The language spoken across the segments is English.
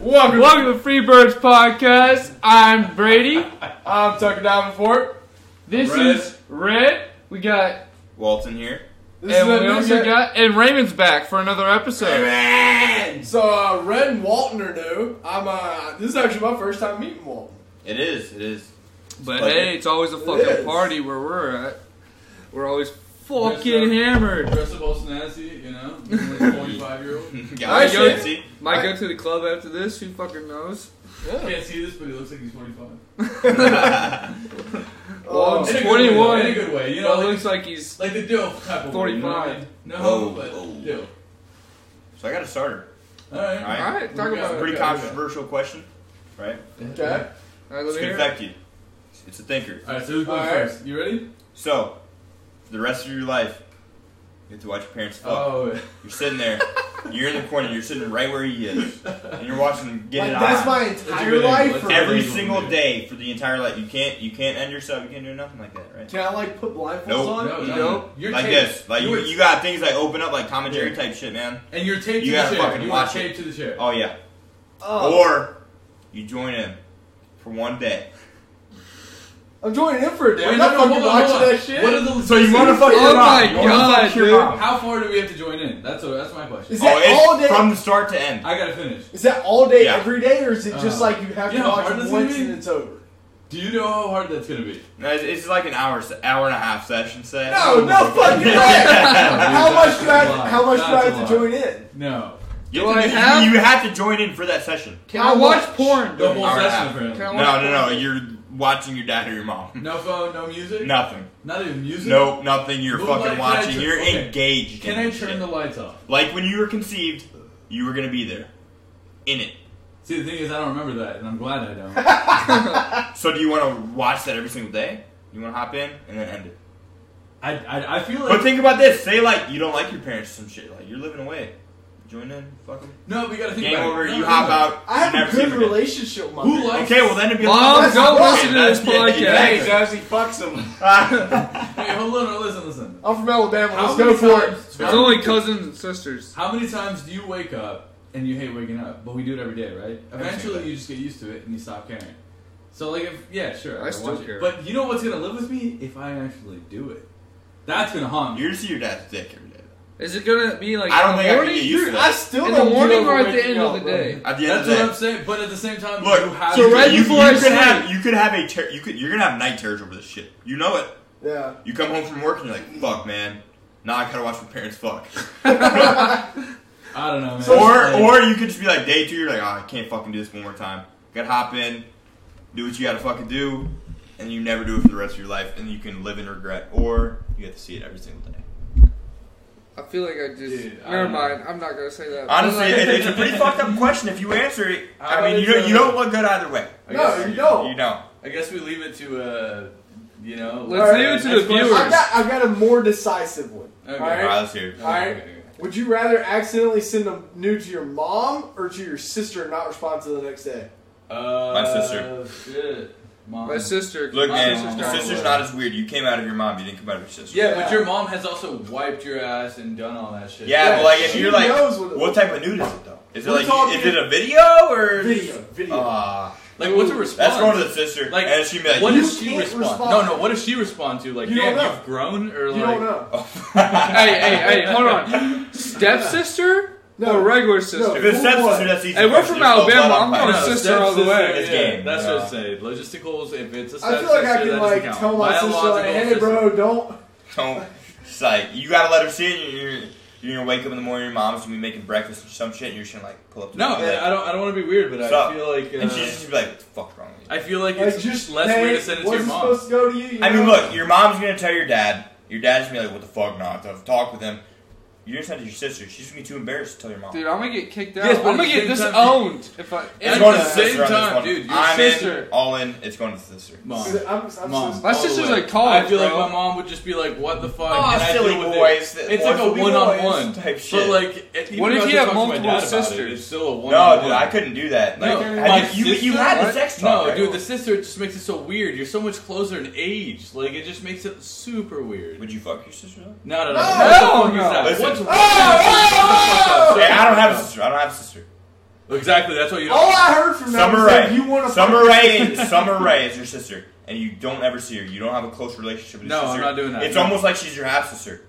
everyone. Welcome to the Freebirds Podcast. I'm Brady. I'm Tucker Davenport. This Red. is Red. We got, Walton here. This and is we that also nigga- got, and Raymond's back for another episode. It So uh, Red and Walton are new. I'm uh, this is actually my first time meeting Walton. is. It is. But Fuck hey, it. it's always a It fucking is. party where we're at. We're always Yes, fucking sir. hammered. Dress up all snazzy, you know, like forty-five year old. Guys, Actually- can't see. Might go to the club after this. Who fucking knows? Yeah. Can't see this, but he looks like he's forty-five. Well, Oh, it's In a good 21. way, in a good way, you But know, it like, looks like Oh, he's. like the Dilf type of way, you know what I 45. mean? No, Oh, but oh. Dilf. So I got a starter. All right. All right. Alright, talk We got about it. Pretty Okay, okay. controversial question, right? okay. Alright, let It's me gonna hear it. affect you. It's a thinker. All right. So who's going All right. first? You ready? So, for the rest of your life, you have to watch your parents fuck. Oh, yeah. You're sitting there. You're in the corner. You're sitting right where he is, and you're watching him get Like, it on. that's my That's a entire good life. angle. Or That's Every That's what single we do. day for the entire life. You can't. You can't end yourself. You can't do nothing like that, right? Can I like put blindfolds Nope. on? no, you no, know, You're Like taped. this. Like you. were- You got things like open up, like commentary type shit, man. and you're taped you to the gotta chair. fucking you watch are it. taped to the chair. Oh yeah. Oh, Or you join him for one day. I'm joining in for a day. Wait, I'm no, not no, fucking hold on, watching hold on. that shit. What are the So you wanna fuck Oh your mom. my you wanna God, fuck your dude. mom. How far do we have to join in? That's what, that's my question. is that oh, it's all day? From the start to end. I gotta finish. is that all day, Yeah. every day, or is it just Uh, like you have you to know how watch hard this it is once gonna be? and it's over? Do you know how hard that's gonna be? No, It's, it's like an hour, se- hour and a half session set. No, no fucking way! how much do I? That's a lot. How much do I That's a have lot. to join in? No. You, Do have to, I you- have- you have to join in for that session. Can I watch porn? The during- whole All right. session, apparently. Can I No, watch no, porn? no. You're watching your dad or your mom. No phone, no music. Nothing. Not even music. Nope, nothing. You're Well, fucking like, can I watching. turn- You're okay. engaged. Can in I this turn shit. the lights off? Like when you were conceived, you were gonna be there, in it. See, the thing is, I don't remember that, and I'm glad I don't. So do you want to watch that every single day? You want to hop in and then end it. I, I, I feel like But think about this. Say like you don't like your parents, or some shit. Like you're living away. Join in, fucking. no, we gotta think Game about over. it. No, You no, hop no. out. I you have a never see good them again. relationship with my Who parents. likes- Okay, well then it'd be. a Mom, fucking- don't That's- listen to this yeah, podcast. exactly. Jazzy fucks him. Hey, hold on, no, listen, listen. I'm from Alabama. How Let's go many for it. times- It's only cousins and sisters. How many times do you wake up and you hate waking up? But we do it every day, right? Eventually, day. you just get used to it and you stop caring. So, like, if yeah, sure, I I'll still watch it. care. But you know what's gonna live with me if I actually do it? That's gonna haunt me. You're just your dad's dick every day. Is it gonna be like I don't think I can morning? get used to I that. still In don't the get morning over or at the waking end of up, the bro. day? At the end That's of the what day, I'm saying. But at the same time, look, you have so to. right you, before I you could sleep- have you could have a ter- you could you're gonna have night terrors over this shit. You know it. Yeah. You come home from work and you're like, fuck, man. Now I gotta watch my parents fuck. I don't know, man. or Like, or you could just be like day two. You're like, oh, I can't fucking do this one more time. Gotta hop in, do what you gotta fucking do, and you never do it for the rest of your life, and you can live in regret, or you have to see it every single day. I feel like I just. Dude, I never don't know. mind. I'm not gonna say that. Honestly, it, it's a pretty fucked up question. If you answer it, I mean, you don't, you don't look good either way. No, you don't. You don't. I guess we leave it to, uh, you know. Let's Alright, leave it to next the question. viewers. I've got, I've got a more decisive one. Okay. All right. All right, let's hear it. All right. Would you rather accidentally send a nude to your mom or to your sister and not respond to the next day? Uh, My sister. Shit. Mom. My sister. Look, my man, sister's your not- sister's not as weird. You came out of your mom. You didn't come out of your sister. Yeah, Yeah. but your mom has also wiped your ass and done all that shit. Yeah, but like if she you're like, knows what it what looks type of nude is it though? Is it We're like, talking- is it a video or Video, video. Ah, Like, what's a Ooh, response? that's going to the sister. Like, and she be like, what You does she can't respond? respond. No, no. What does she respond to? Like, You don't damn, know. you've grown, or you like, don't oh, know. Hey, hey, hey! Hold on. Stepsister No. or regular sister? if it's Who won? stepsister, that's easy. Hey, we're from There's no blood Alabama. on I'm fire. going No, sister all the stepsister, way. It's yeah, game, That's what yeah. I say. Logisticals. If it's a I feel like stepsister, that I can doesn't like count. tell my sister, like, Biological hey, bro, don't. Don't. It's like you gotta let her see it. You're, you're, you're gonna wake up in the morning. Your mom's gonna be making breakfast or some shit. And you're just gonna like pull up. To No, the bed. I I don't. I don't want to be weird, but Sup? I feel like. Uh, And she's just gonna be like, what the fuck's wrong with you? I feel like Like, it's just just less hey, weird to send it to your wasn't mom. supposed to go to you. you I know? mean, look, your mom's gonna tell your dad. Your dad's gonna be like, what the fuck? Nah, tough talk with him. You're gonna send it to your sister. She's gonna be too embarrassed to tell your mom. Dude, I'm gonna get kicked out. Yes, but I'm gonna at the get same disowned if I. It's It's if going I- to the the same sister on this time, one. dude, your I'm sister- in. All in. It's going to the sister. Mom. I'm, I'm Mom. so My All the sister's way. like college, I feel bro. like my mom would just be like, "What the fuck?" Oh, and I silly deal with boys. It. It's like a Boys, one on one boys type shit. But like, it, even What if I you have talk to my multiple dad about sisters? It, it's still a one on No, one. dude, I couldn't do that. Like, No, I my just- you, you sister- had the Right? sex talk. No, right? dude, the sister just makes it so weird. You're so much closer in age. Like, it just makes it super weird. Would you fuck your sister? though? No, no, no. No, What the hell fuck is no. that? Listen. Ah! What's wrong? Oh, Hey, I don't have a sister. I don't have a sister. Exactly. That's what you. Oh! All I heard from them Summer was that Rae. you want to Summer Rae. Summer Rae is your sister, and you don't ever see her. You don't have a close relationship with your No, I'm sister. not doing that. It's No. almost like she's your half sister.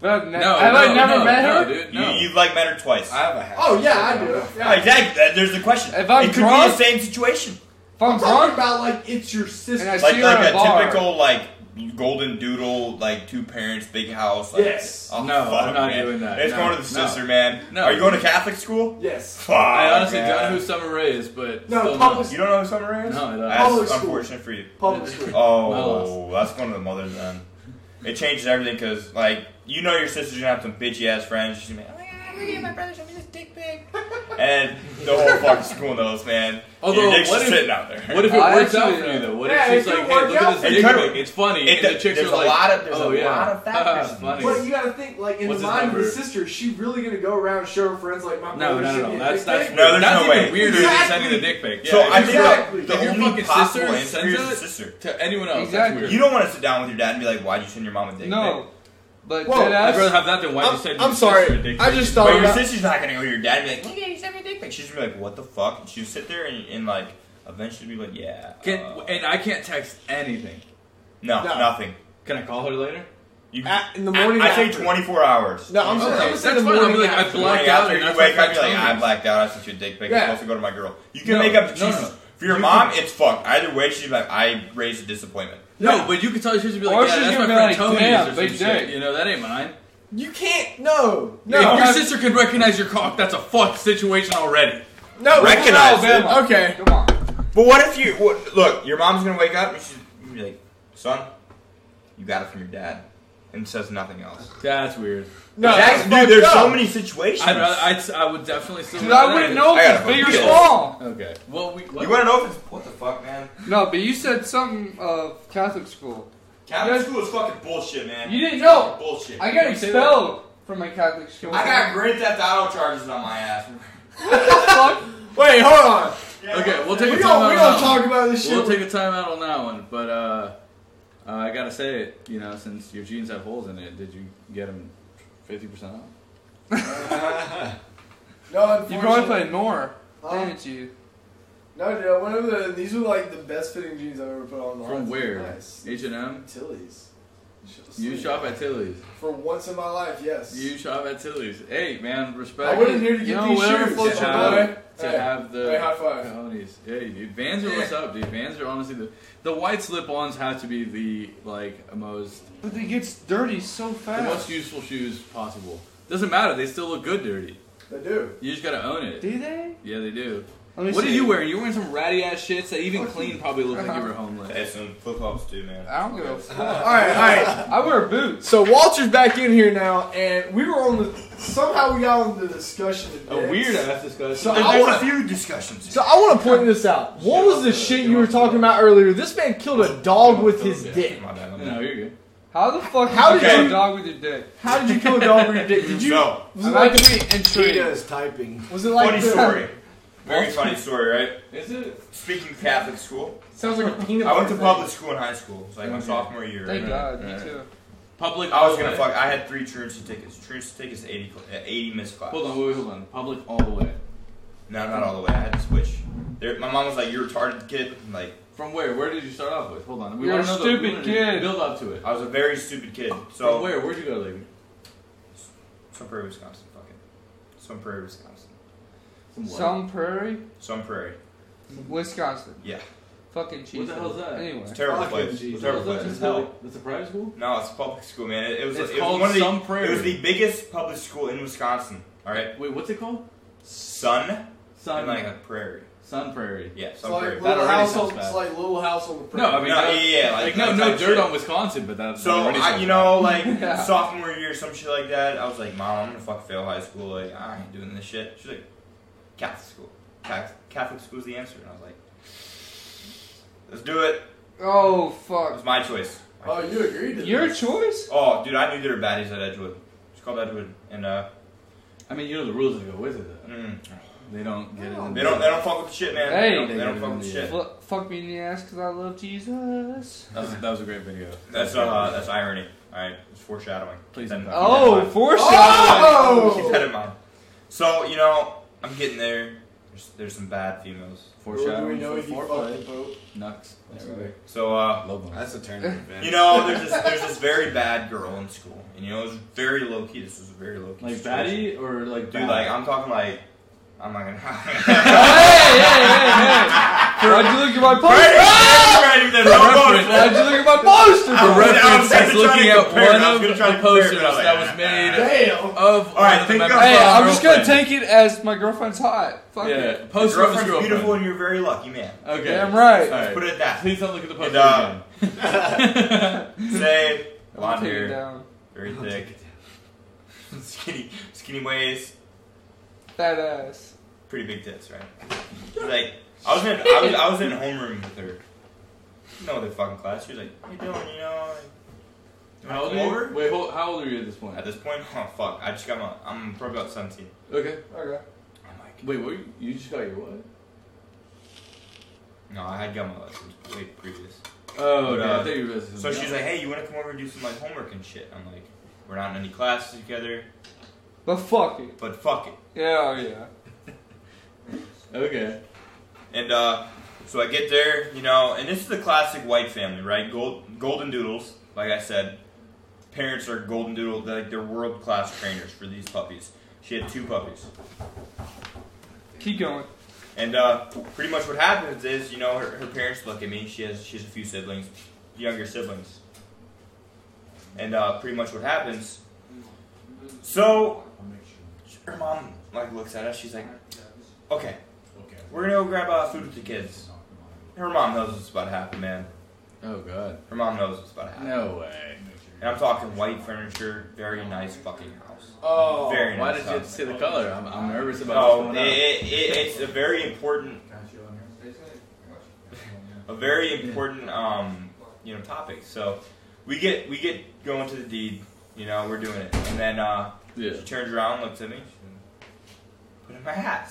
But I've ne- No, have no, I never no, met no, her? dude. You, No. You've like met her twice. I have a half. Oh yeah, I do. Yeah. Yeah, exactly. That- There's the question. If I'm it could drunk- be the same situation. If I'm I'm drunk, talking about like it's your and I sister. see Like her like at a a bar. typical like golden doodle, like two parents, big house. Like, Yes. Oh, No, fuck, I'm not man. doing that. It's No, going to the no. sister, man. No. Are you going to Catholic school? Yes. Fuck. I honestly man. don't know who Summer Rae is, but No, still public- knows. You don't know who Summer Rae is? No, I don't. That's Public school. unfortunate for you. Public school. Oh, that's one of the mothers then. It changes everything because, like, you know your sister's gonna have some bitchy ass friends. She's gonna be like, oh my god, I'm gonna get my brother, show me this dick pic. and the whole fucking school knows, man. Although, your dick's what just if- sitting out there. What if it I works out actually- for you though? What Yeah, if she's it could like, hey, work look out at for this dick you. pic. It's funny. It and the do- chicks there's are a like, lot of- there's oh, a yeah. lot of factors in funny. this. But you gotta think, like in What's the his mind of his number? sister, is she really gonna go around showing friends like my No, brother no, sent no, me no. a dick That's that's pic? No, there's that's no even way. weirder Exactly. than sending a dick pic. Yeah, so I think exactly. the, If the your only fucking sister possible answer is sends your it- sister. to anyone else. Exactly. That's weird. You don't want to sit down with your dad and be like, "Why'd you send your mom a dick No, but Whoa, dead I'd ass- rather have that than why you I'm- said. I'm your sorry. sister a dick I pic. just pic?" thought But your about. sister's not gonna go to your dad and be like, "Look at you sent me a dick pic." She's gonna be like, "What the fuck?" And she'll sit there and, and like, eventually be like, "Yeah." Can, uh, and I can't text anything. no, No. nothing. Can I call her later? You, At- in the morning I, I say after. 24 hours. No, I'm, Okay, saying I'm gonna that's say the fine. I'll be morning like, I after. black- Blacked out out, and you wake that's what up, you're like, fucking I blacked out. I sent you a dick pic. Yeah. It's supposed to go to my girl. You can No, make up no, excuses. no. For your You mom, it's fucked. Either way, she's like, I raised a disappointment. No, Yeah. but you could tell her she's gonna be Or like, yeah, she's that's my gonna be friend like, Tony's damn, or some big shit. dick. You know, that ain't mine. You can't. No, If no, your sister could recognize your cock, that's a fuck situation already. no. Recognize it. Alabama. Okay. Come on. But what if you what, look? Your mom's gonna wake up and she's gonna be like, "Son, you got it from your dad," and says nothing else. That's weird. No, That's- that's dude, there's fucked so up. many situations. I'd rather, I'd, I would definitely still. Dude, rather I wouldn't that. know I if gotta it's big or fucking go. small. Okay. Well, we. What? you want to know if it's what the fuck, man? No, but you said something of Catholic school. Catholic Yes. school is fucking bullshit, man. You didn't know. bullshit. I got Can you say expelled from my Catholic school. I got grand theft auto charges on my ass. Fuck. Wait, hold on. Okay, we'll take We a don't. timeout. We on don't that one. talk about this shit. We'll take a timeout on that one, but uh, uh, I gotta say it. You know, since your jeans have holes in it, did you get them fifty percent off? no, unfortunately. You probably played more, Huh? didn't you? No, no, one of the these were like the best fitting jeans I've ever put on. From where? Nice. H and M. Tilly's. Should've You seen shop it. at Tilly's. for once in my life. Yes. You shop at Tilly's. Hey, man, respect. I went in here to You get know, these whatever shoes. floats your my boat. boy. to Hey. have the Hey, high five. cojones. Hey, dude, Vans are Yeah. what's up, dude. Vans are honestly the the white slip-ons have to be the like most But it gets dirty so the most fast. useful shoes possible. Doesn't matter. They still look good dirty. They do. You just gotta own it. Do they? Yeah, they do. Let me what are see. you wearing? You're wearing some ratty ass shits that even Fuck clean you. probably look like you were Hey, homeless. some flip flops too, man. I don't give a All fuck. right, all right. I wear boots. So Walter's back in here now, and we were on the somehow we got on the discussion. of A dicks. weird ass discussion. So There's, I there's a want. few discussions. So I want to point this out. What was the shit you were talking about earlier? This man killed a dog with his dick. my bad. my bad. no, you're good. How the fuck How did did you you- kill a dog with your dick? How did you kill a dog with your dick? Did you? So, Was I it like like? to be intrigued. is typing. Was it like? funny the- story. Very funny story, right? Is it? Speaking of Catholic school, Sounds like a peanut. I went to butter public school in high school. It's like my Okay. sophomore year. Thank right? God, me Alright. too. Public. I was all the gonna way. fuck. I had three truancy tickets. Truancy tickets, eighty, cl- uh, eighty missed class. Hold on, wait, wait, hold on. Public all the way. No, not all the way. I had to switch. There, my mom was like, "You're a retarded kid." I'm like, From where? Where did you start off with? Hold on. We You're wanna a know the- stupid we wanna kid. Build up to it. I was a very stupid kid. From So, where? Where'd you go, Lady? some prairie, Wisconsin. Fuck it. Some prairie, Wisconsin. From what? Some prairie, Some prairie. Wisconsin. Yeah, Fucking cheese. hell's that? Anyway. it's a terrible Fucking place. It's a Jesus. terrible That's place. just hell. That's a private school? No, it's a public school, man. It, it was. It's it was called one of the, Some Prairie. It was the biggest public school in Wisconsin. All right, Wait, what's it called? Sun Sun, and like a prairie. Sun Prairie. Yeah, It's Sun like Prairie. That little already house on. sounds bad. It's like little house on the No, I prairie. mean, No, that- yeah, yeah, like, like, no, that no type dirt shit. on Wisconsin, but that's So already I, sounds you know, bad. like Yeah. sophomore year, some shit like that. I was like, Mom, I'm gonna fuck fail high school. Like, I ain't doing this shit. She's like, Catholic school. Catholic, Catholic school's the answer. And I was like, Let's do it. Oh It fuck. was my choice. Oh, you agreed to Your this. choice? Oh, dude, I knew there were baddies at Edgewood. It's called Edgewood, and uh, I mean, you know the rules that go with it, though. mm, They don't get it. in they the- don't, they don't fuck with the shit, man. Hey. they don't, they don't fuck with the shit. Fu- fuck me in the ass because I love Jesus. That was, that was a great video. That's uh, that's irony. All right, it's foreshadowing. Please Keep that in don't talk Oh, mind. foreshadowing. Oh! keep that in mind. So you know, I'm getting there. There's, there's some bad females. Or do we Foreshadowing know for if you fucked the foreplay. Pope? Nux. Yeah, right. So, uh, Low bun. That's a turn of events. you know, there's this, there's this very bad girl in school, and you know, it was very low key. This was a very low key. Like baddie or like dude. bad? Like, I'm talking like, I'm not gonna. Hey, hey, hey, hey! How'd you look at my poster? Right, there's no bonus. How'd you look at my poster, I bro? was- I Reference was trying is to looking at compare it. I was gonna one of try to the compare it, posters but I was like, that was nah, made Damn. of All right, one of the think members of- of Hey, our I'm just gonna girlfriend. take it as my girlfriend's hot. Fuck it. Yeah, Your post girlfriend's girlfriend's girlfriend. beautiful and you're a very lucky man. Okay. Damn right. All right. Put it at that. Please don't look at the poster And, uh, again. Say, I'm blonde taking it hair, down. very thick, skinny, skinny waist, That ass. pretty big tits, right? Like, I was in, I was, I was in homeroom with her. No other fucking class. She was like, "How you doing? You know?" Like, you how wanna old come are you? over? Wait, hold, how old are you at this point? At this point, oh fuck, I just got my, I'm probably about 17. Okay. Okay. I'm like, Wait, what? You, you just got your what? no, I had got my lessons way previous. Oh, But, okay. uh, I thought you were this. So she's like, "Hey, you wanna come over and do some like homework and shit?" I'm like, "We're not in any classes together, But fuck it. but fuck it." Yeah, oh, yeah. okay. And uh, so I get there, you know, and this is the classic white family, right? Gold, golden doodles, like I said, parents are golden doodle, they're, like they're world class trainers for these puppies. She had two puppies, Keep going. and uh, pretty much what happens is, you know, her, her parents look at me. She has she has a few siblings, younger siblings, and uh, pretty much what happens. So her mom like looks at us. She's like, "Okay, Okay. we're gonna go grab uh, food with the kids." Her mom knows what's about to happen, man. Oh god. Her mom knows what's about to happen. No way. And I'm talking white furniture, very nice fucking house. Oh. Very Why nice did you have to house. say the color? I'm, I'm nervous about No, what's it, going on. it, it, it's a very important, a very important, um, you know, topic. So we get we get going to the deed. You know, we're doing it, and then uh, Yeah. she turns around, looks at me, put in my hat.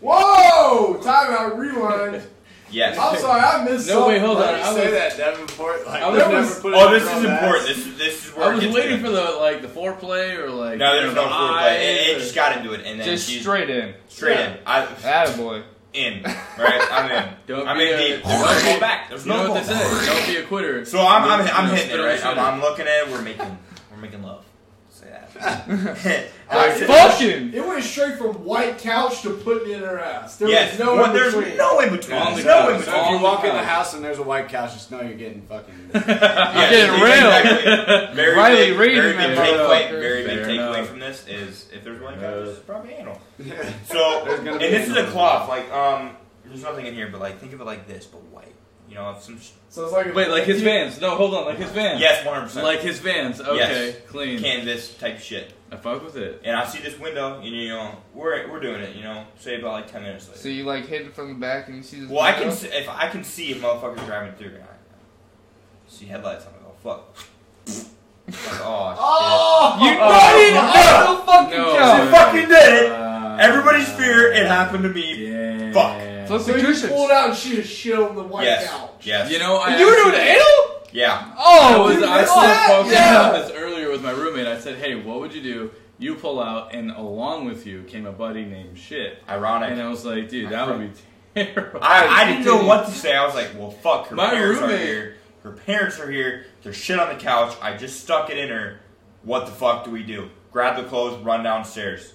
Whoa! Timeout. Rewind. Yes. I'm sorry. I missed. No, wait, something. hold Why on. do you I say was, that Davenport? Like, I was that never- was put Oh, in this front is of us. important. This is this is where I it was gets waiting good. for the like the foreplay or like. No, you there's know, no the foreplay. It, eyes it or- just got into it, and then Just she's straight in. straight in. I Attaboy. in. Right, I'm in. Don't I'm be in a- deep. There's no going back. There's You know no going what they back. say? Don't be a quitter. So I'm, I'm, I'm No, hitting it no, right. I'm, shut up. I'm looking at it. We're making we're making love. Say that. Like, I- fucking! It went straight from white couch to putting in her ass. There yes. was no Well, in there's between. no in between. On the There's no couch. in So between. if you All walk the in the time. house and there's a white couch, just know you're getting fucking. Yes, getting exactly. Very Riley big, Reid very in big that takeaway. motherfucker. Very big Fair takeaway enough. from this is if there's one Uh, couch, it's probably anal. So There's and gonna be this is anal. a cloth. Like um, there's nothing in here, but like think of it like this, but white. You know, if some. sh- So it's like a- Wait, like his vans? No, hold on, like his vans. Yes, 100. percent Like his vans. Okay, clean. canvas type shit. I fuck with it. And I see this window, and you know, we're we're doing it. You know, say about like 10 minutes later. So you like hit it from the back and you see this. Well, I can window? see, if I can see a motherfucker driving through, and I see headlights on. I go fuck. like, oh, Oh! You did it on the fucking No. shit. couch! She fucking did it. Uh, Everybody's fear. It happened to me. Yeah. Fuck. So you pulled out and she just shit on the white Yes. couch. Yes. You know, I You were actually- doing anal? Yeah. I Oh, was, you I did was that? talking Yeah. about this earlier with my roommate. I said, "Hey, what would you do? You pull out, and along with you came a buddy named Shit." And Ironic. I was like, "Dude, that would be terrible." I, I didn't know what to say. I was like, well, fuck. Her My parents are roommate- here. Her parents are here. There's shit on the couch. I just stuck it in her. What the fuck do we do? Grab the clothes. Run downstairs.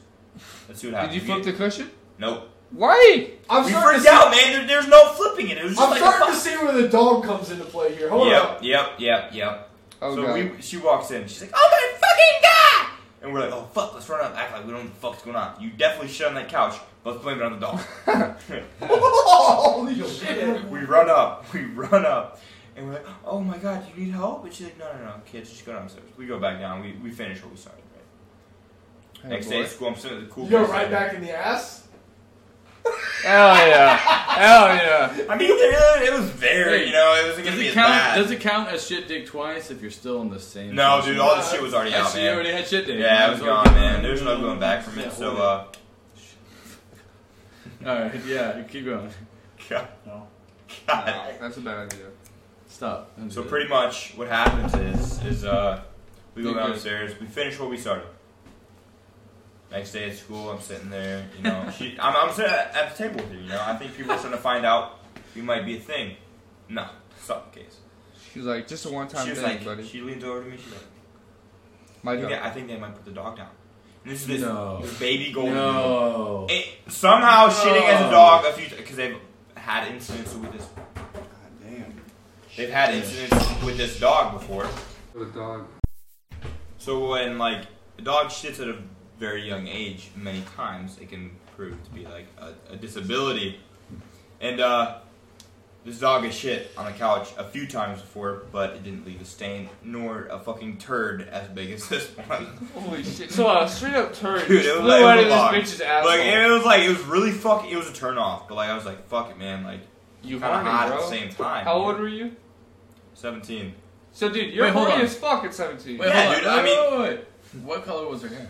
Let's see what Did happens. you flip the cushion? Nope. Why? I'm We starting, freaked to see, out, man. There, there's no flipping it. It was just I'm like a starting to fuck. see where the dog comes into play here. Hold Yep. Yep. Yep. Yep. Oh so god. we, she walks in. She's like, "Oh my fucking god!" And we're like, "Oh fuck, let's run up, and act like we don't know what the fuck's going on." You definitely shit on that couch. Let's blame it on the dog. on. Holy shit. we run up. We run up, and we're like, "Oh my god, do you need help?" And she's like, "No, no, no, kids, just go downstairs." We go back down. We we finish what we started. Right? Hey, Next boy. day at school, I'm sitting at the cool. You go kids right center. back in the ass? Hell yeah. Hell yeah. I mean, it was there. Hey, You know, it wasn't Does gonna be it as count? bad. Does it count as shit dick twice if you're still in the same? no, position? dude, all this shit was already out, Actually, you already man. had shit dick. Yeah, Might it was as well gone, get- man. There's no going back from Yeah, it. So, hold uh, it. all right, yeah, keep going. God, No. God. That's a bad idea. Stop. I'm So good. pretty much what happens is is uh we go Okay. downstairs, we finish what we started. Next day at school, I'm sitting there, you know, she, I'm, I'm sitting at at the table with her, you know. I think people are starting to find out we might be a thing. No, it's not the case. She's like, just a one-time she thing, was like, buddy. she leans over to me, she's like, My I think, dog. they, I think they might put the dog down. And this is this, No. this baby golden doodle. No. It, somehow shitting as a No. dog a few because they've had incidents with this. God damn. They've had incidents with this dog before. The dog. So when like a dog shits at a very young age, many times it can prove to be like a, a disability. And uh, this dog has shit on the couch a few times before, but it didn't leave a stain nor a fucking turd as big as this one. Holy shit. So a straight up turd Dude, just it was flew like- out it was of a log. this bitch's asshole. Like it was like it was really fuck. It was a turn off, but like I was like fuck it, man. Like you kind of horny, hot at the bro. same time. How old were you? Seventeen. So dude, you're Wait, hold horny on. as fuck at 17. Wait, Yeah, hold on. dude, I Wait, mean- wait, wait, wait. What color was her hair?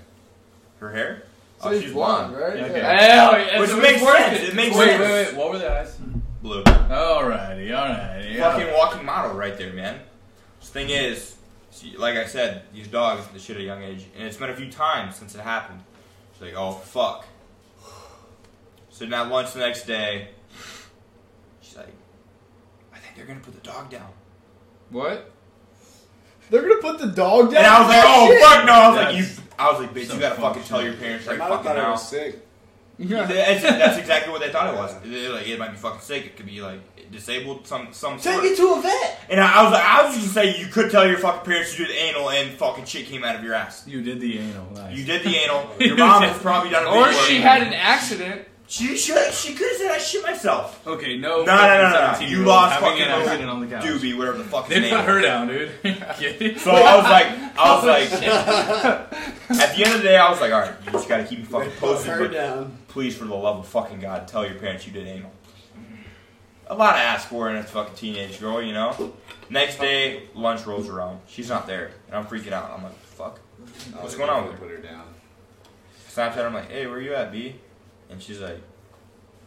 Her hair? Oh, So he's blonde, right? Oh, Yeah, okay. Yeah. Hell, Oh, yeah, Which so it's makes worth sense. It, It. makes Wait, wait, sense. wait. What were the eyes? Blue. Alrighty, alrighty. Fucking walking model right there, man. This thing is, see, like I said, these dogs the shit at a young age, and it's been a few times since it happened. She's like, oh fuck. Sitting at lunch the next day, she's like, I think they're gonna put the dog down. What? They're gonna put the dog down. And I was like, oh Shit. fuck no! I was like, you, That's I was like, bitch, some you gotta fucking fuck tell shit. your parents I right might have fucking thought I now. was sick. That's, that's exactly what they thought it was. They're like, it might be fucking sick. It could be like disabled, some some sort. to a vet. And I, I was like, I was just gonna say you could tell your fucking parents you did anal and fucking shit came out of your ass. You did the anal. Nice. You did the anal. Your mom has probably done a Or video she of it. had an accident. She should. She could have said I shit myself. Okay, no. No, no, no, no, no. You You lost lost having fucking an accident on the couch. Doobie, whatever the fuck his They name. put her was. down, dude. Kidding? So I was like, I was like, at the end of the day, I was like, all right, you just gotta keep me fucking posted. Her But down. please, for the love of fucking God, tell your parents you did anal. A lot to ask for in a fucking teenage girl, you know. Next day, lunch rolls around. She's not there, and I'm freaking out. I'm like, fuck. What's going on with her? Put her down. Snapchat. I'm like, hey, where you at, B? And she's like,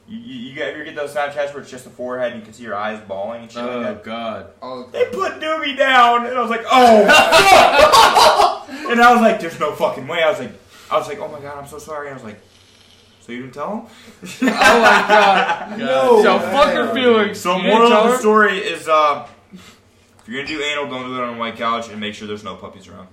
you, you, you get- ever get those Snapchats where it's just the forehead and you can see your eyes bawling and shit Oh like that? God! Oh, They put Doobie down, and I was like, oh. fuck." and I was like, there's no fucking way. I was like, I was like, oh my god, I'm so sorry. And I was like, so you didn't tell oh my god. No. So fuck her him? feelings. So You moral didn't tell of the her? story is, uh, if you're gonna do anal, don't do it on a white couch, and make sure there's no puppies around.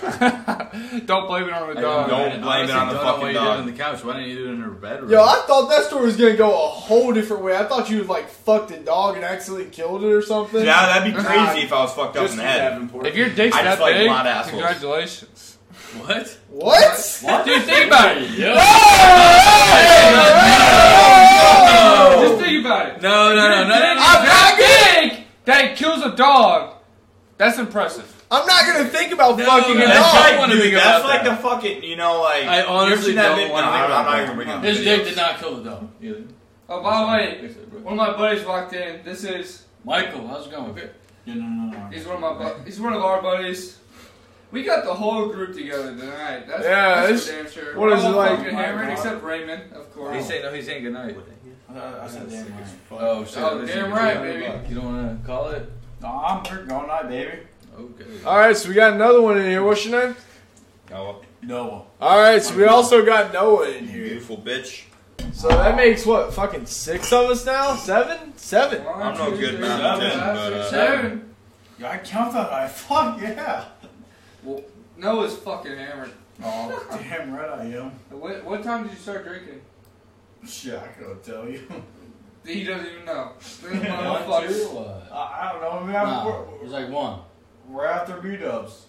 Don't blame it on the don't dog. know. blame it Honestly, on the don't know fucking dog. why You did it on the couch. Why didn't you do it in her bedroom? Yo, I thought that story was gonna go a whole different way. I thought you like fucked a dog and accidentally killed it or something. Yeah, that'd be crazy if I was fucked up Just in keep the head. having pork. If your dick's I that just like big, blonde assholes. congratulations. what? What? Dude, think about it. Yo. Just think about it. No, no, no, no, no, no. I'm not big that it kills a dog. That's impressive. I'm not gonna think about No, fucking no, a dog. no. That's I like, wanna dude, think that's about like that. the fucking, you know, like. I you ever honestly seen that don't vid- wanna No, think I'm about not that. gonna bring up His His videos. dick did not kill the dog either. Oh, by the way, Fix it, bro. one of my buddies walked in. This is Michael, how's it going? Good. Yeah, no, no, no. he's one of my bu- he's one of our buddies. We got the whole group together tonight. That's, Yeah, that's it's- for damn sure. what We're is it all like? fucking hammered, except Raymond, of course. He's saying no. He's saying good night. I thought- I said damn right. Oh shit! Oh, that's damn good. right, baby. You don't wanna call it? Nah, I'm good. Going night, baby. Okay. All right, so we got another one in here. What's your name? Oh, No. All right, so we also got Noah in here. beautiful bitch. So that makes what fucking six of us now? Seven? Seven? One, I'm no two, good three, mathematician, four, five, but, six, uh, seven. Yeah, I count that. I fuck yeah. Well, Noah's fucking hammered. Oh, damn right I am. What, what time did you start drinking? Shit, I couldn't tell you. He doesn't even know. One, Motherfucker. two. I, I don't know. We have, Nah, we're, it was like one. we're after B dubs.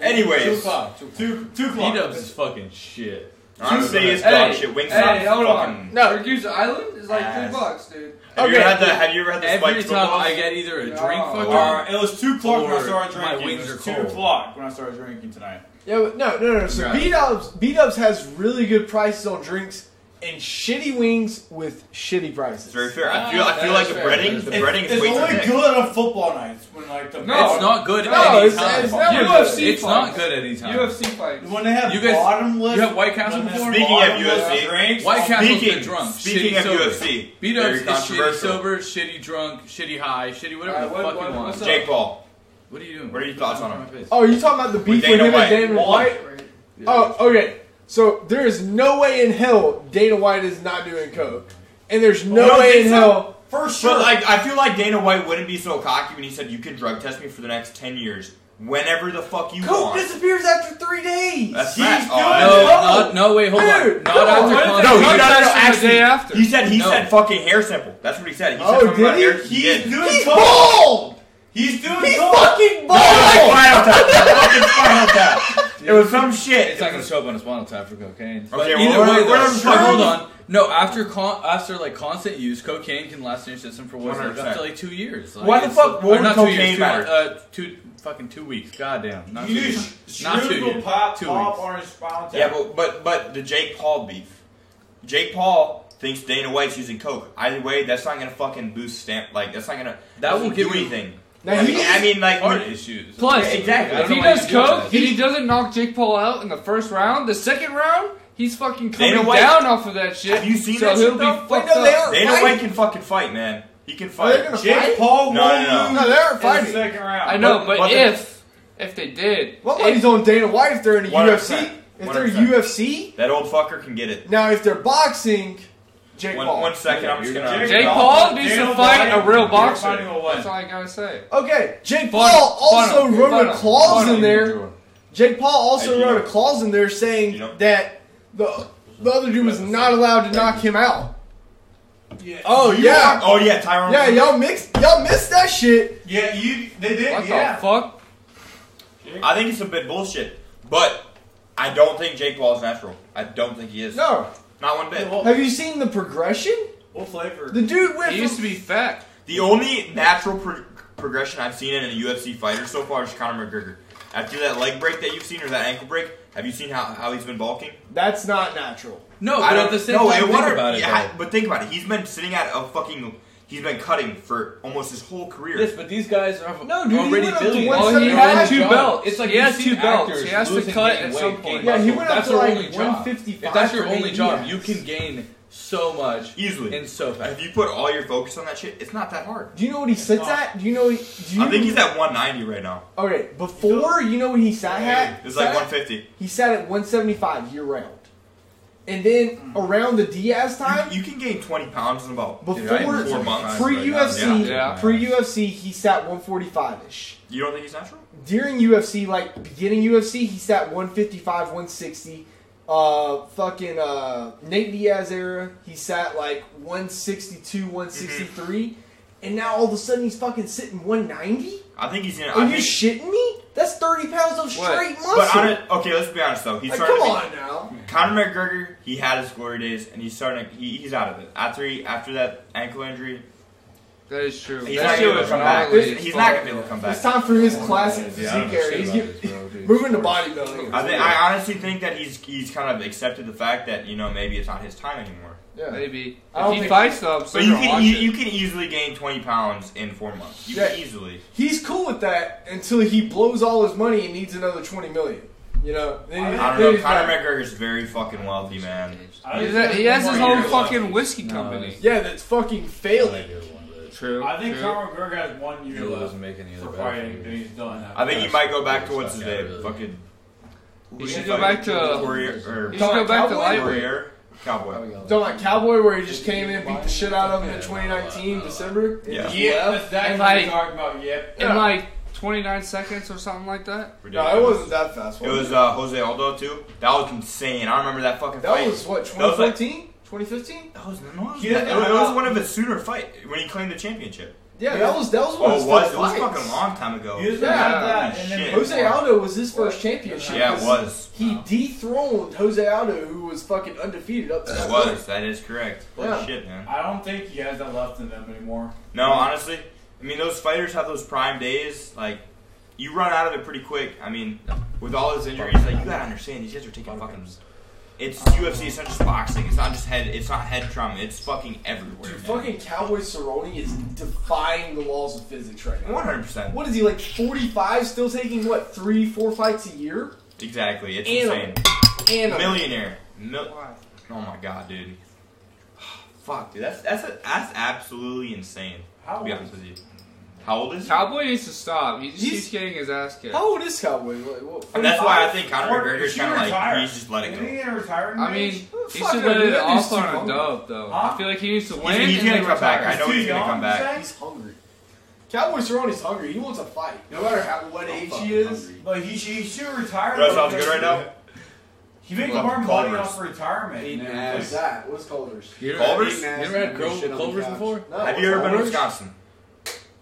Anyways. Tupac, Tupac. Two, two P o'clock. Dubs is fucking shit. Honestly, it's Hey, dog shit. Wingstop hey, is hold on. fucking. No. Rikers Island is like Ass. three bucks, dude. Have you Okay. ever had the, have you ever had the Every spiked time footballs? I get either a drink No. fucking Or, it was two o'clock when I Or started my drinking. wings it was are two cold. o'clock when I started drinking tonight. Yeah, but no, no, no. So Right. B Dubs, B Dubs has really good prices on drinks and shitty wings with shitty prices. It's very fair. Ah, I feel, I feel like the fair. breading, the It's- breading is it's way too only thick. good on football nights when like the No. It's not good No, at any it's- time. it's never Dude, UFC it's not fights. good at any time. UFC fights. when they have You guys- bottomless. you have White Castle when they have before? Speaking of bottomless UFC, drinks, White Castle's Speaking, been drunk. speaking shitty of sober. UFC, Beat ups very is shitty controversial. sober, shitty drunk, shitty high, shitty whatever Alright, the what- fuck what- you want. what's up? Jake Paul. What are you doing? What are your thoughts on him? him? Oh, are you talking about the beef with, Dana him White. and Dana One. White? Oh, okay. So there is no way in hell Dana White is not doing coke, and there's no You don't way think in so? hell. For sure. But like, I feel like Dana White wouldn't be so cocky when he said, "You can drug test me for the next ten years, whenever the fuck you want." disappears after three days. That's He's facts. doing Oh, No, it. no, no, wait, hold Dude, on. come Not after on. contact. No, he Drug got testing it the actually- day after. He said he No. said fucking hair sample. That's what he said. He said Oh, something did about he? hair. He He's did. doing He's coke. bald. He's doing He's coke. fucking No, like bald. Spinal Tap. Fucking Spinal Tap. It was some shit. It's not gonna show up on a spinal tap for cocaine. But Okay, well, either we're- way, we're though, just- but hold on. No, after con- after like constant use, cocaine can last in your system for what's like, 100%. up to like two years. Like, Why the it's- fuck- or what would not two cocaine years, two, matter? months, uh, two fucking two weeks. Goddamn, not two You years. sh- Not two shrewd years. pop, Two pop weeks. orange spinal tap. Yeah, but but but the Jake Paul beef. Jake Paul thinks Dana White's using coke. Either way, that's not gonna fucking boost stamp. Like that's not gonna. That doesn't won't do give you- anything. Now I he mean, I mean, like Heart when- issues. Plus, Yeah, exactly. I if don't he know why does you do coke that. and he doesn't knock Jake Paul out in the first round, the second round, he's fucking Dana coming White- down off of that shit. Have you seen so that he'll shit, be though? fucked Wait, no, up. they are Dana fighting. White can fucking fight, man. He can Are they fight. gonna Jake fight? Paul No, won't no, lose No, they aren't in the fighting. second round. I know, What- but what the- if if they did, What if- money's on Dana White if they're in the 100%. UFC? If they're 100%. UFC, That old fucker can get it. now if they're boxing, Jake One, Paul. one second, I'm just You're gonna. Jake No. Paul needs Dana to fight White- a real Dana boxer. White will win. That's all I gotta say. Okay, Jake Funnel, Paul also funnel, wrote funnel, a clause funnel. in there. Jake Paul also Hey, you wrote know- a clause in there saying You know- that the the other dude was not allowed to knock him out. Yeah. Oh You yeah, Oh yeah, Tyrone. yeah, y'all mixed, y'all missed that shit. Yeah, you. They did. What yeah. the fuck? I think it's a bit bullshit, but I don't think Jake Paul is natural. I don't think he is. No, Not one bit. What, have you seen the progression? what flavor? The dude went He used to from, be fat. The only natural pro- progression I've seen in a UFC fighter so far is Conor McGregor. After that leg break that you've seen or that ankle break, have you seen how, how he's been bulking? that's not natural. No, I but don't at the same no, time, it think wonder- about it. yeah, though. but think about it. He's been sitting at a fucking. He's been cutting for almost his whole career. Yes, but these guys are No, dude, he already went up to billions. one Oh, he Seventy had five two Job. belts. It's like he you has see two belts. actors He has to losing cut gain at weight, some gain point. Yeah, he muscle. went up That's to their like only job. 155 If that's your for only eight job, years. you can gain so much Easily. in so fast. if you put all your focus on that shit, it's not that hard. Do you know what he sits at? Do you know? Do you, I think he's at 190 right now. okay. Before you know what he sat at? It's like sat at? 150. He sat at 175 year round, and then around the Diaz time, You, you can gain 20 pounds in about. before Dude, I am four 75 months. pre right now. UFC, Yeah. pre UFC, he sat 145 ish. You don't think he's natural? During UFC, like beginning UFC, he sat 155, 160. Uh, fucking uh, Nate Diaz era, he sat like 162, 163, and now all of a sudden he's fucking sitting 190. I think he's in. Are I you think, shitting me? That's 30 pounds of What? straight muscle. but on it, okay, let's be honest though. He's like, starting come to be- on now. Conor McGregor, he had his glory days, and he's starting. To, he, he's out of it after he, after that ankle injury. That is true. He's That not shit gonna was come back. gnarly He's, as he's fuck. not gonna be able to come It's back. time for his classic Yeah, physique I don't know area. shit He's about get- this, bro, dude. moving to bodybuilding. I think I honestly think that he's he's kind of accepted the fact that you know maybe it's not his time anymore. Yeah. Maybe. I don't If he think- fights though, I'm still But you gonna can watch you, it. you can easily gain twenty pounds in four months. You can Yeah. easily. He's cool with that until he blows all his money and needs another 20 million. You know? Then he- I don't then know. he's Conor back. McGregor is very fucking wealthy, man. I He's think a- he has one his more own year left. fucking whiskey company. Yeah, that's fucking failing. True. I think true. Conor McGregor has one year He doesn't left make any other for bad fighting, figures. and he's done. I think he might go back to what's his Yeah, name, really. fucking. You should go back to. Warrior or You should go back to Cowboy? lightweight. Warrior Cowboy. Don't like Cowboy where he just came in and beat the shit out of him in 2019, December. and Yeah. just Yeah, left. that's exactly And what like- I'm talking about. Yep. in like 29 seconds or something like that. No, it wasn't that fast. It it? was uh, Jose Aldo too. That was insane. I remember that fucking that fight. was what, That was like- 2014? 2015? That was no. It was, He didn't it was- it know. was one of his sooner fight when he claimed the championship. Yeah, that was that was one Oh, of it his was. first It was fights. fucking a long time ago. He doesn't Yeah. have that. And Shit. then Jose Aldo was his first championship. yeah, it was. He dethroned Jose Aldo, who was fucking undefeated up to It that point. was. That is correct. Holy Yeah. shit, man. I don't think he has that left in them anymore. No, honestly, I mean those fighters have those prime days. Like, you run out of it pretty quick. I mean, with all those injuries, like you gotta understand these guys are taking fucking. It's UFC. It's not just boxing. It's not just head. It's not head trauma. It's fucking everywhere. Dude, fucking Cowboy Cerrone is defying the laws of physics right now. One hundred percent. What is he like? Forty-five, still taking what three, four fights a year? Exactly. It's Animal. insane. And a- Millionaire. Mil- oh my god, dude. Fuck, dude. That's that's a, that's absolutely insane. How To be old honest is with you, How old is he? Cowboy needs to stop. He just He's- keeps getting his ass kicked. How old is Cowboy? Like, what, And that's why I think Or- Conor McGregor's she kind of like retired. he's just letting Isn't go. he in a retirement I mean, age? he Fuck, should let it dude, off he's too on a humble. dub, though. Huh? I feel like he needs to win. He's, he's and gonna then come back. retire. I know He's he's gonna young, come you back. say? he's hungry. Cowboy Cerrone's hungry. He wants a fight, no matter how what I'm age fucking he E is. hungry. But he, should- he should retire. That sounds good right now. He makes Well, more money Culver's. off retirement. Eating than- What's ass. that? What's Culver's? You ever, Culver's? you ever had Cul- Culver's before? No, Have what's you ever been to Culver's? Wisconsin?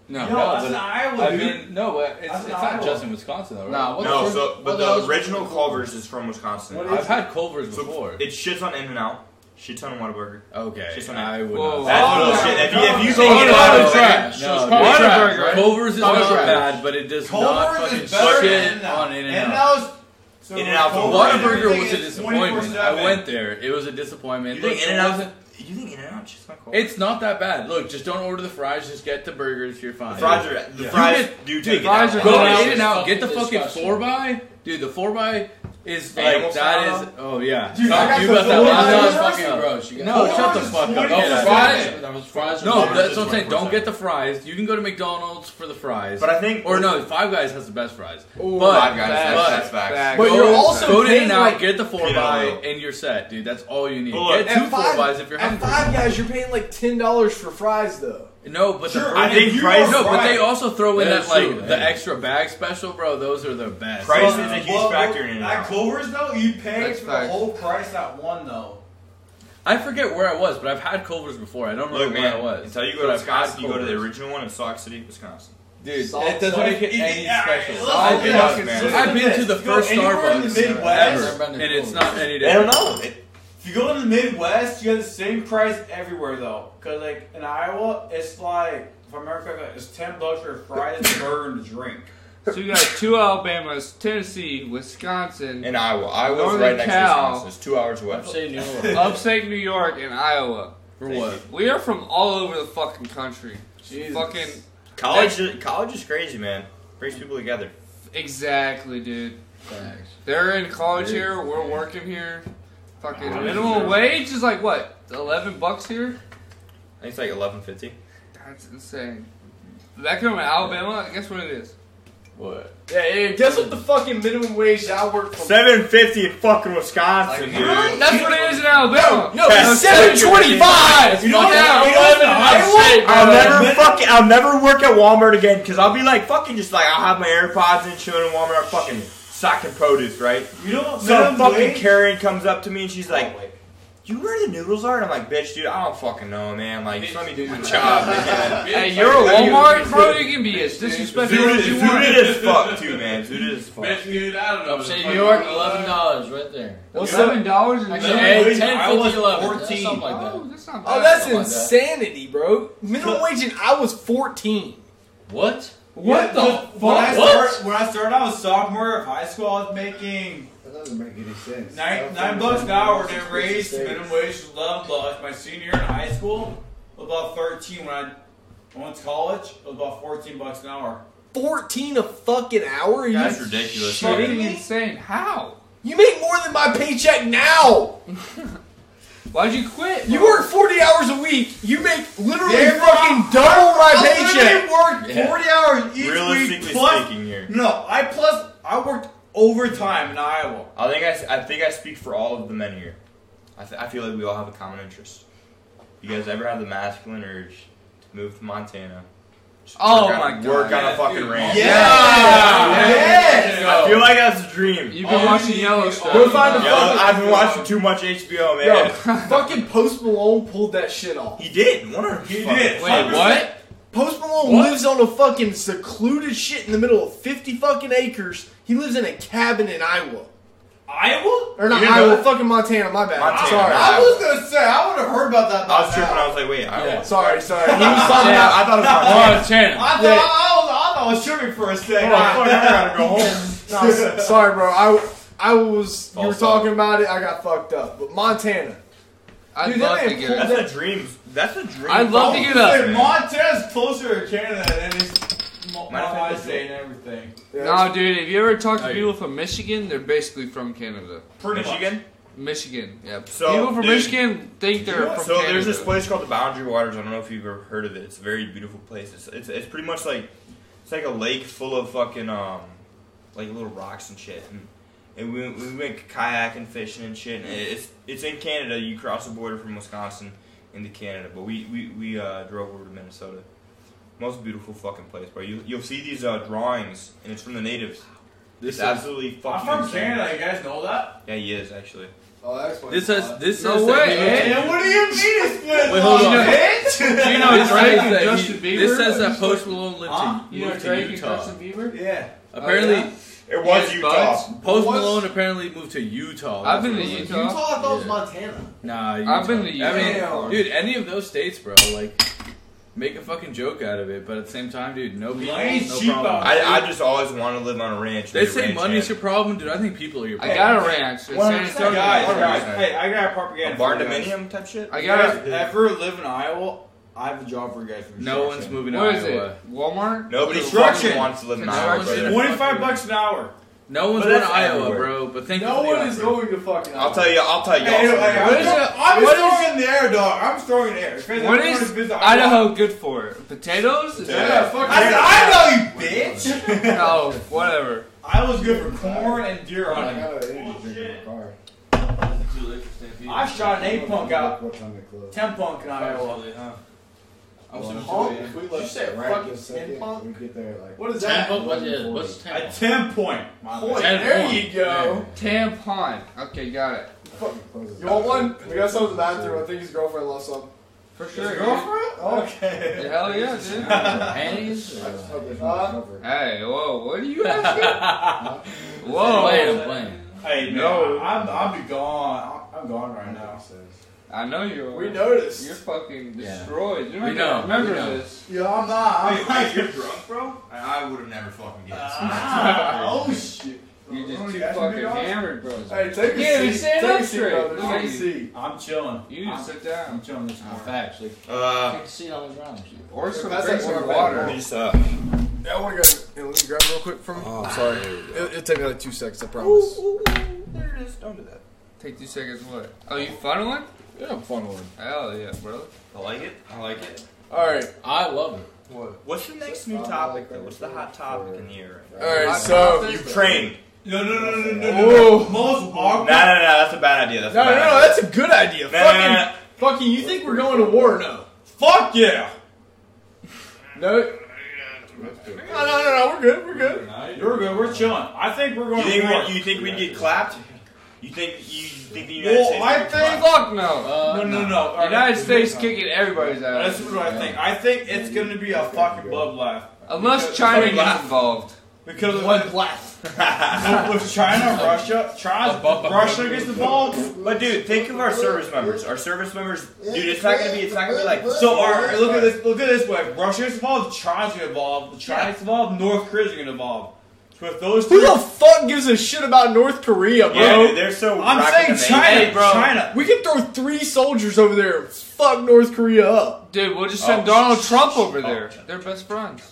No. No, that's in Iowa, I've dude. been no, but it's, That's it's not not Iowa. just in Wisconsin though, right? Nah, what No, the- so what but else- the original Culver's is from Wisconsin. What I've had Culver's So before. it shits on In and Out, shits on Whataburger. Okay, She's on that. I would Whoa. not. That's Oh, bullshit. yeah. If you, if you No, think no, it's no, Whataburger- no, trash. No, It's no, called it's trash, trash. right? Culver's is Called not trash. bad, but it does not Culver's fucking is better than shit In-N-Out. on In and Out. In-N-Out's In and Out. Culver's, Whataburger was a everything is disappointment. 24/7. I went there. It was a disappointment. You think Look, In and Out? wasn't- You think In and Out shits on Culver's? It's not that bad. Look, just don't order the fries. Just get the burgers. You're fine. The fries are the Yeah. fries Dude, do dude, take fries it are out. Go That to is In and Out. Get the fucking fucking four by, dude. The four by is like Animal that style? is. Oh yeah. Dude, Talk I got you the about four that by. last That was time. fucking gross. You No, got shut the fuck up. Don't Those get fries- that. Those fries. are No, Culver's that's is what I'm saying. 24/7. Don't get the fries. You can go to McDonald's for the fries. But I think or no, Five Guys has the best fries. Ooh, but Five Guys, that's- but- that's facts. Facts. But go, you're also go to paying, In and Out, like- get the four Peanut by, oil. and you're set, dude. That's all you need. Well, look, get two At four buys if you're at hungry. Five Guys, you're paying like ten dollars for fries though. No, but the Sure, burger- I think you price- are no, but they right. also throw in That's that like true, the yeah. extra bag special, bro. Those are the best. Price is a Well, huge factor in it. At Culver's though, you pay That's for the facts. whole price at one though. I forget where I was, but I've had Culver's before. I don't remember Look, where man, I was. until you go but to I've had Wisconsin, you go to the Culver's. original one in Sauk City, Wisconsin. Dude, Salt, it doesn't salt. make it any Yeah, special. listen, Salt, listen, yeah, listen, man. listen I've been this. to the You go first anywhere in Starbucks the Midwest, ever, and it's not any I day. don't know. It- If you go to the Midwest, you got the same price everywhere though. Cause like in Iowa, it's like if I remember correctly, it's ten bucks for fries, a burger, and a drink. So you got two Alabamas, Tennessee, Wisconsin, in Iowa, Iowa's Northern right next to Cal. Wisconsin. It's two hours I'm away. saying New Orleans. upstate New York, and Iowa. For what? We are from all over the fucking country. Fucking College, is- college is crazy, man. Brings people together. exactly, dude. Facts. They're in college Dude. here. We're working here. Fucking Wow. minimum wage is like what, eleven bucks here? I think it's like eleven fifty. That's insane. That come from Alabama. Guess what it is? What? Yeah, yeah. Guess what the fucking minimum wage I work for? Seven fifty in fucking Wisconsin, Like, dude. really? That's what it is in Alabama. No, Yeah. it's seven twenty-five. You know what? Yeah, You eleven I'll, shit, bro. never fucking. I'll never work at Walmart again because I'll be like fucking just like I'll have my AirPods and chilling in Walmart, fucking socking produce, right? You know what? Some minimum fucking wage- Karen comes up to me and she's like, Oh, wait. "You know where the noodles are?" And I'm like, "Bitch, dude, I don't fucking know, man. Like, just let me do my job." man." Hey, you're a Walmart, bro. You can be as disrespectful Zooted as you zooted want. as fuck too, man. Zooted as fuck. Bitch, dude, I don't know. Upstate New York, eleven dollars right there. What's up? Seven dollars and Actually, Yeah, eh, I was 10, 50, 11, 14. something like Oh, that. that's not bad. Oh, that's Something like that. insanity, bro. Minimum So- wage in I was fourteen. What? Yeah, What the but When I, fuck? What? Start, when I started out as sophomore of high school, I was making That doesn't make any sense. nine, nine bucks an hour. Then raised to minimum wage to eleven bucks. My senior year in high school, about thirteen. When I went to college, it was about fourteen bucks an hour. Fourteen a fucking hour? Are you That's ridiculous. fucking Kidding me? insane. How? You make more than my paycheck now. Why'd you quit? You bro? work 40 hours a week. You make literally Damn, bro. fucking double my I paycheck. literally worked Yeah. forty hours each week. Realistically Plus, speaking, here. no, I plus I worked overtime in Iowa. I think I, I think I speak for all of the men here. I, th- I feel like we all have a common interest. You guys ever have the masculine urge to move to Montana? Just Oh work on- my God. Work on Yeah, a fucking dude. ranch. Yeah. Yes. I feel like that's a dream. You've Yo, been Oh, watching you- Yellowstone. Go find a Yeah. I've been watching too much HBO, Yo, man. fucking Post Malone pulled that shit off. He did. One hundred. He fucking- did. Wait, what? Post Malone What? lives on a fucking secluded shit in the middle of 50 fucking acres. He lives in a cabin in Iowa. Iowa? Or not You didn't know Iowa, that? fucking Montana, my bad. Montana. Sorry. I was gonna say I would have heard about that. by I was now. tripping. I was like, wait, I Yeah. Sorry, sorry. He I was thought, talking about I thought it was Montana. Montana. I thought Yeah. I, was, I thought I was tripping for a second. Oh, fuck, I gotta go home. No, s- sorry, bro. I, I was. You were False talking about it. I got fucked up. But Montana. I'd Dude, love that to man get pulled it. That's a dream. That's a dream. Oh. I'd love to get up. Dude, Montana's closer to Canada than it's Mo- Might have Ohio been State and everything. Yeah. No, dude. If you ever talk to Hey. people from Michigan, they're basically from Canada. Pretty Michigan. Michigan. Yep. So, People from dude. Michigan think they're from so Canada. there's this place called the Boundary Waters. I don't know if you've ever heard of it. It's a very beautiful place. It's it's, it's pretty much like it's like a lake full of fucking um like little rocks and shit. And, and we we went kayaking, fishing and shit. And it's it's in Canada. You cross the border from Wisconsin into Canada, but we we we uh, drove over to Minnesota. Most beautiful fucking place, bro. You you'll see these uh, drawings, and it's from the natives. It's This is, absolutely I'm fucking from insane. Canada. You guys know that? Yeah, he is actually. Oh, that's funny. this says this No says that he way, moved to- eh? And what do you mean it's split? Wait, hold on. bitch? You know, This this says says that Justin he- Bieber? this says that Post Malone lived Huh? to, You know moved to Drake and Justin Utah. Bieber? yeah. Apparently, Oh, It was Yes, Utah. buds. Post What's- Malone apparently moved to Utah. I've That's been to what it was. Utah. I thought it was Montana. Nah, Utah. I've been to Utah. I mean, Damn. dude, any of those states, bro, like, make a fucking joke out of it. But at the same time, dude, no people, Money's no cheap problem. out I, I just always want to live on a ranch. They dude, say ranch hand. money's your problem, dude. I think people are your I problem. got a ranch in San 100%. Antonio. Guys, Yeah. guys, hey, I got a propaganda. A barn for you guys. dominium type shit? I You got guys ever live in Iowa? I have a job for you guys. From No one's moving a. to What is Iowa. it? Walmart? Nobody Construction. fucking wants to live in Iowa. brother. Construction. Twenty-five bucks an hour. No one's But going to that's Iowa, everywhere. bro. But think No one is going to fucking. I'll tell you. I'll tell you. Hey, hey, hey, What I'm, is just- it- I'm what just is- throwing it in the air, dog. I'm just throwing it in the air. If anyone What wants is to visit Idaho good for? Potatoes? Is Yeah. that fuck I said Idaho, you bitch. a- no, whatever. I was good for corn and deer I hunting. got an energy drink in my car. I shot an eight punk out, What time they close? ten punk in Iowa. I'm so punk. sorry. If we You left said right fucking this second, punk? we get there like. What is Ten that? bucks, what is it? What's ten? A ten point. My bad. Point. Ten There point. you go. Tampon. Okay, got it. Fucking closes. You want one? We got some in the bathroom. I think his girlfriend left some. For His sure. dude. girlfriend? Okay. Hell yeah, dude. Panties? I just hope there's Uh, no cover. Hey, whoa, what are you asking? Oh, wait, whoa. I'm playing. Hey, man, No. I'm, I'm be gone. I'm, I'm gone right now. I know you're. We You're noticed. fucking Yeah. destroyed. You're not We gonna know, remember we know. this. Yeah, I'm not. I'm wait, you're drunk, bro? I, I would have never fucking guessed. Ah, oh shit. You're Oh, just too guys, fucking big odds. hammered, bro. Hey, take a Yeah, we seat. stand Take up a seat, straight. brother. Look at Take a you. seat. I'm chilling. You need to I'm, sit I'm down. chilling this Oh, morning. facts. Like, Uh, take a seat on the ground. and shit. Or some That's drink like some one water. we just, uh, Yeah, I want to go. Here, let me grab real quick from. Uh, Oh, sorry. It'll, it'll take me like two seconds. I promise. there it is. Don't do that. Take two seconds. What? Oh, you funneling? Yeah, I'm fun one. Hell yeah, bro. I like it. I like it. All right. I love it. What? What's the next new topic though? What's the hot topic in the air? Right All right. Hot So. topic? now? Train. No, no, no, no, no, no, no. Whoa. Most No, no, no. awkward. That's a bad idea. That's No, a no, bad no. idea. That's a good idea. No, no, no, Fucking, fucking. You think we're going to war? No. Fuck yeah. No. No, no, no, no. We're good. We're good. You're good. We're chilling. I think we're going You think to war. we'd, you think we'd get clapped? You think you think the United well, States? I think. Fuck no. Uh, No, no, no. All right. United States kicking everybody's That's ass. what I think. I think it's going to be a fucking bloodbath. Unless China gets laugh. involved. Because of One what? blast. With China, Russia, China, Russia gets involved. But dude, think of our service members. Our service members, dude. It's not gonna be. It's not gonna be like. So, our, look at this. Look at this way. Russia gets involved. China's gonna involve. China gets involved. North Korea's gonna involve. So if those Who three, the fuck gives a shit about North Korea, bro? Yeah, dude, they're so. I'm rocking saying the China, Hey, bro. China. We could throw three soldiers over there and fuck North Korea up. Dude, we'll just send Oh, Donald sh- Trump sh- over sh- there. oh. They're best friends.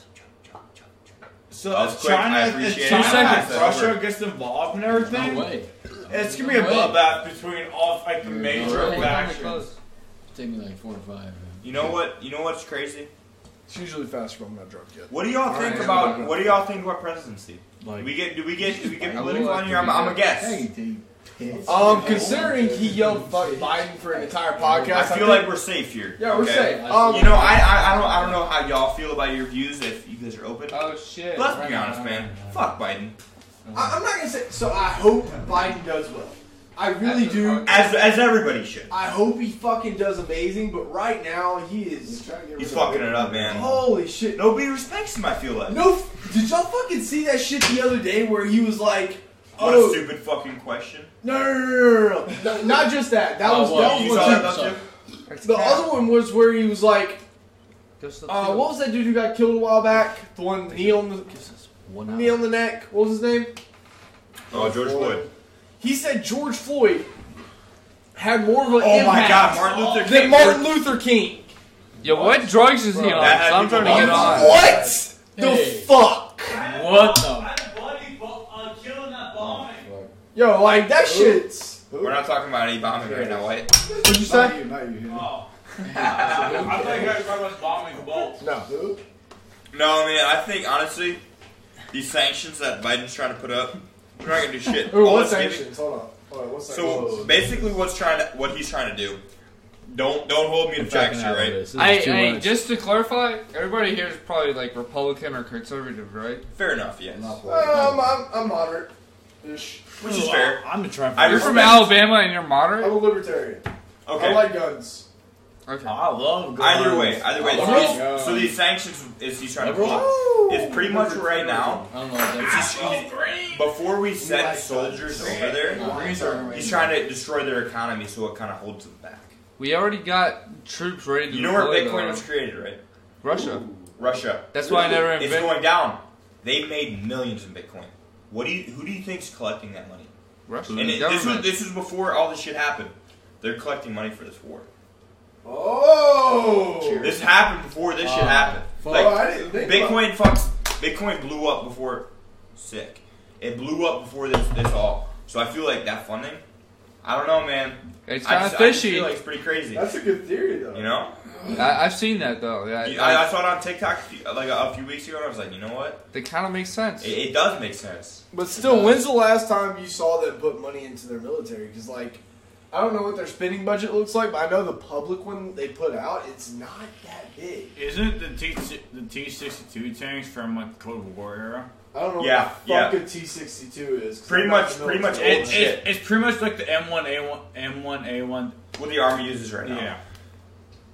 So That was if quick. I China, if appreciate it. China, Two and seconds. Russia gets involved and everything, no way. it's gonna be a Wait. bloodbath between all like the major Really? factions. Take me like four or five. You know what? You know what's crazy? It's usually faster when I'm not drunk yet. What do y'all think Alright, about? What do y'all think about presidency? Like, we get? Do we get? Do we get I would political like on here? to I'm, be I'm a guess. Hey, dude. Um, considering he yelled "fuck Biden" for an entire podcast, I feel like we're safe here. yeah, we're okay? safe. Um, You know, I, I I don't I don't know how y'all feel about your views if you guys are open. But Oh shit. let's be honest, man. Fuck Biden. I, I'm not gonna say. So I hope Biden does well. I really do. As as everybody should. I hope he fucking does amazing. But right now, he is. He's fucking it up, man. Holy shit! No, Nobody respects him. I feel like. no. f- Did y'all fucking see that shit the other day where he was like, What a "Oh, stupid fucking question. no, no, no, no, no, no, not just that. That Oh, was well, that You was saw one that, too. don't you? The other one was where he was like, Just the uh, two. what was that dude who got killed a while back? The one knee on the One knee hour. on the neck. What was his name? Oh, George Floyd. He said George Floyd had more of an Oh my God, impact Martin Luther King. than Martin Luther King. Yo, what drugs is he on? That had I'm trying to people get on. on. What Hey. the fuck? What the? I'm bloody bo- uh, killing that bombing. Yo, like that shit's Who? We're not talking about any bombing right now, White. What'd you Not say? you, not you. Henry. Oh. I thought you guys were talking about bombing Kabul. No. Who? No, man, I think honestly, these sanctions that Biden's trying to put up, we're not gonna do shit. Ooh, All what it's giving- sanctions? Hold on. Hold on. What's that? So basically, what's trying to, what he's trying to do? Don't don't hold me to facts here, right? I, I just to clarify, everybody here is probably like Republican or conservative, right? Fair enough, yes. Um, I'm, I'm moderate. Ish. Which is fair. I'm gonna try. I You're from respect- Alabama and you're I'm Oh. moderate. a libertarian. I Okay. like uh, guns. Okay. I love Either way, either way. So, Liberals? these- so these sanctions is he's trying to pull up. It's pretty much right now. I don't know. What It's just, he's- before we send soldiers over there, he's trying to destroy their economy so it kind of holds them back. We already got troops ready to You know where deploy, Bitcoin though. was created, right? Russia. Russia. That's why I never It's invented going down. They made millions in Bitcoin. What do you? Who do you think's collecting that money? Russia. And the it, this was government. this was before all this shit happened. They're collecting money for this war. Oh! This happened before this shit happened. Like, Oh, I didn't think about- Bitcoin fucks. Bitcoin blew up before. Sick. It blew up before this this all. So I feel like that funding. I don't know, man. It's I kind of just- I just fishy. feel like it's pretty crazy. That's a good theory, though. You know, I, I've seen that though. Yeah, You- I- I, I saw it on TikTok a few, like a, few weeks ago, and I was like, you know what? that kind of makes sense. It, it does make sense. But still, when's the last time you saw them put money into their military? Because like, I don't know what their spending budget looks like, but I know the public one they put out, it's not that big. Isn't the T the T sixty two tanks from like the Cold War era? I don't know Yeah, what the yeah. fuck a T sixty two is. 'cause Pretty I'm not much- familiar pretty with much all it- that. it- It's, it's pretty much like the M one A one M one A one What the army uses right now. yeah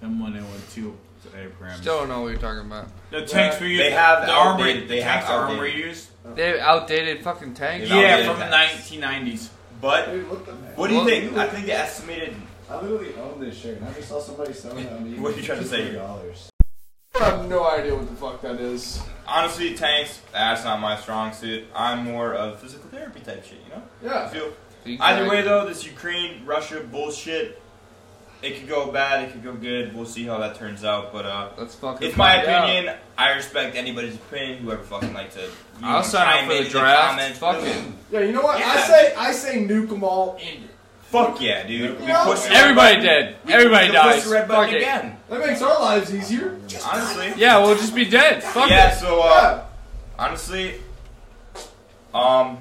M one A one two programs. Still don't know what you're talking about. the tanks we use. uh, They have the armor. outdated- they have tanks armor we outdated. used. They outdated fucking tanks. They Yeah, outdated from the tanks. nineteen nineties. But Dude, what the heck? what do you Well, think? I think the estimated. I literally own this shirt, and I just saw somebody selling it on me. What are you trying to say? Dollars. I have no idea what the fuck that is. Honestly, tanks. That's not my strong suit. I'm more of physical therapy type shit. You know. I Yeah. feel Either Exactly. way, though, this Ukraine Russia bullshit, it could go bad, it could go good. We'll see how that turns out. But uh, Let's fucking. it's my find out. opinion. I respect anybody's opinion. Whoever fucking like to, you I'll know, sign up chime for the in in draft. comments. Fuck it. Yeah, you know what? I Yeah. say I say nuke them all. Fuck yeah, dude. We Yeah. push the red Everybody button. dead. We Everybody push dies. the red Fuck button it. again. That makes our lives easier. Honestly. Yeah, we'll just be dead. Fuck yeah. it. So uh, honestly, um,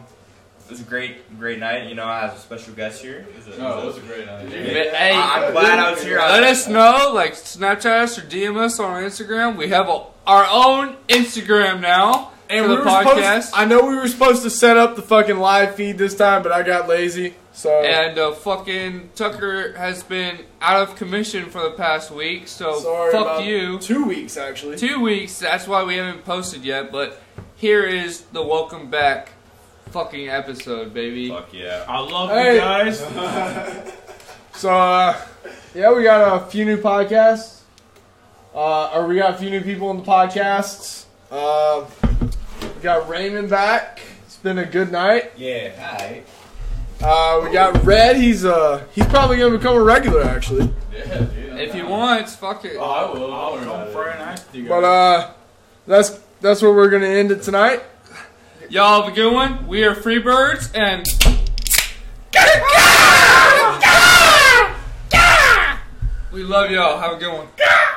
it was a great, great night. You know, I have a special guest here. It was a- No, it it was was a great idea. But, hey, a- I- I'm glad I was here. I- let us know, like Snapchat us or DM us on Instagram. We have a, our own Instagram now for the podcast. I know we were supposed to set up the fucking live feed this time, but I got lazy. So and uh, fucking Tucker has been out of commission for the past week, so sorry fuck about you. Two weeks actually. Two weeks, that's why we haven't posted yet, but here is the welcome back fucking episode, baby. Fuck yeah. I love Hey. you guys. So, uh, yeah, we got a few new podcasts. Uh, or we got a few new people in the podcasts. Uh, we got Raymond back. It's been a good night. Yeah. Hi. Uh, we got Red. He's uh, he's probably gonna become a regular actually. Yeah, dude. I'm If you down. want, fuck it. oh, I will. I'll I'll come for a nice to you But guys. uh, that's that's where we're gonna end it tonight. Y'all have a good one. We are free birds and. We love y'all. Have a good one.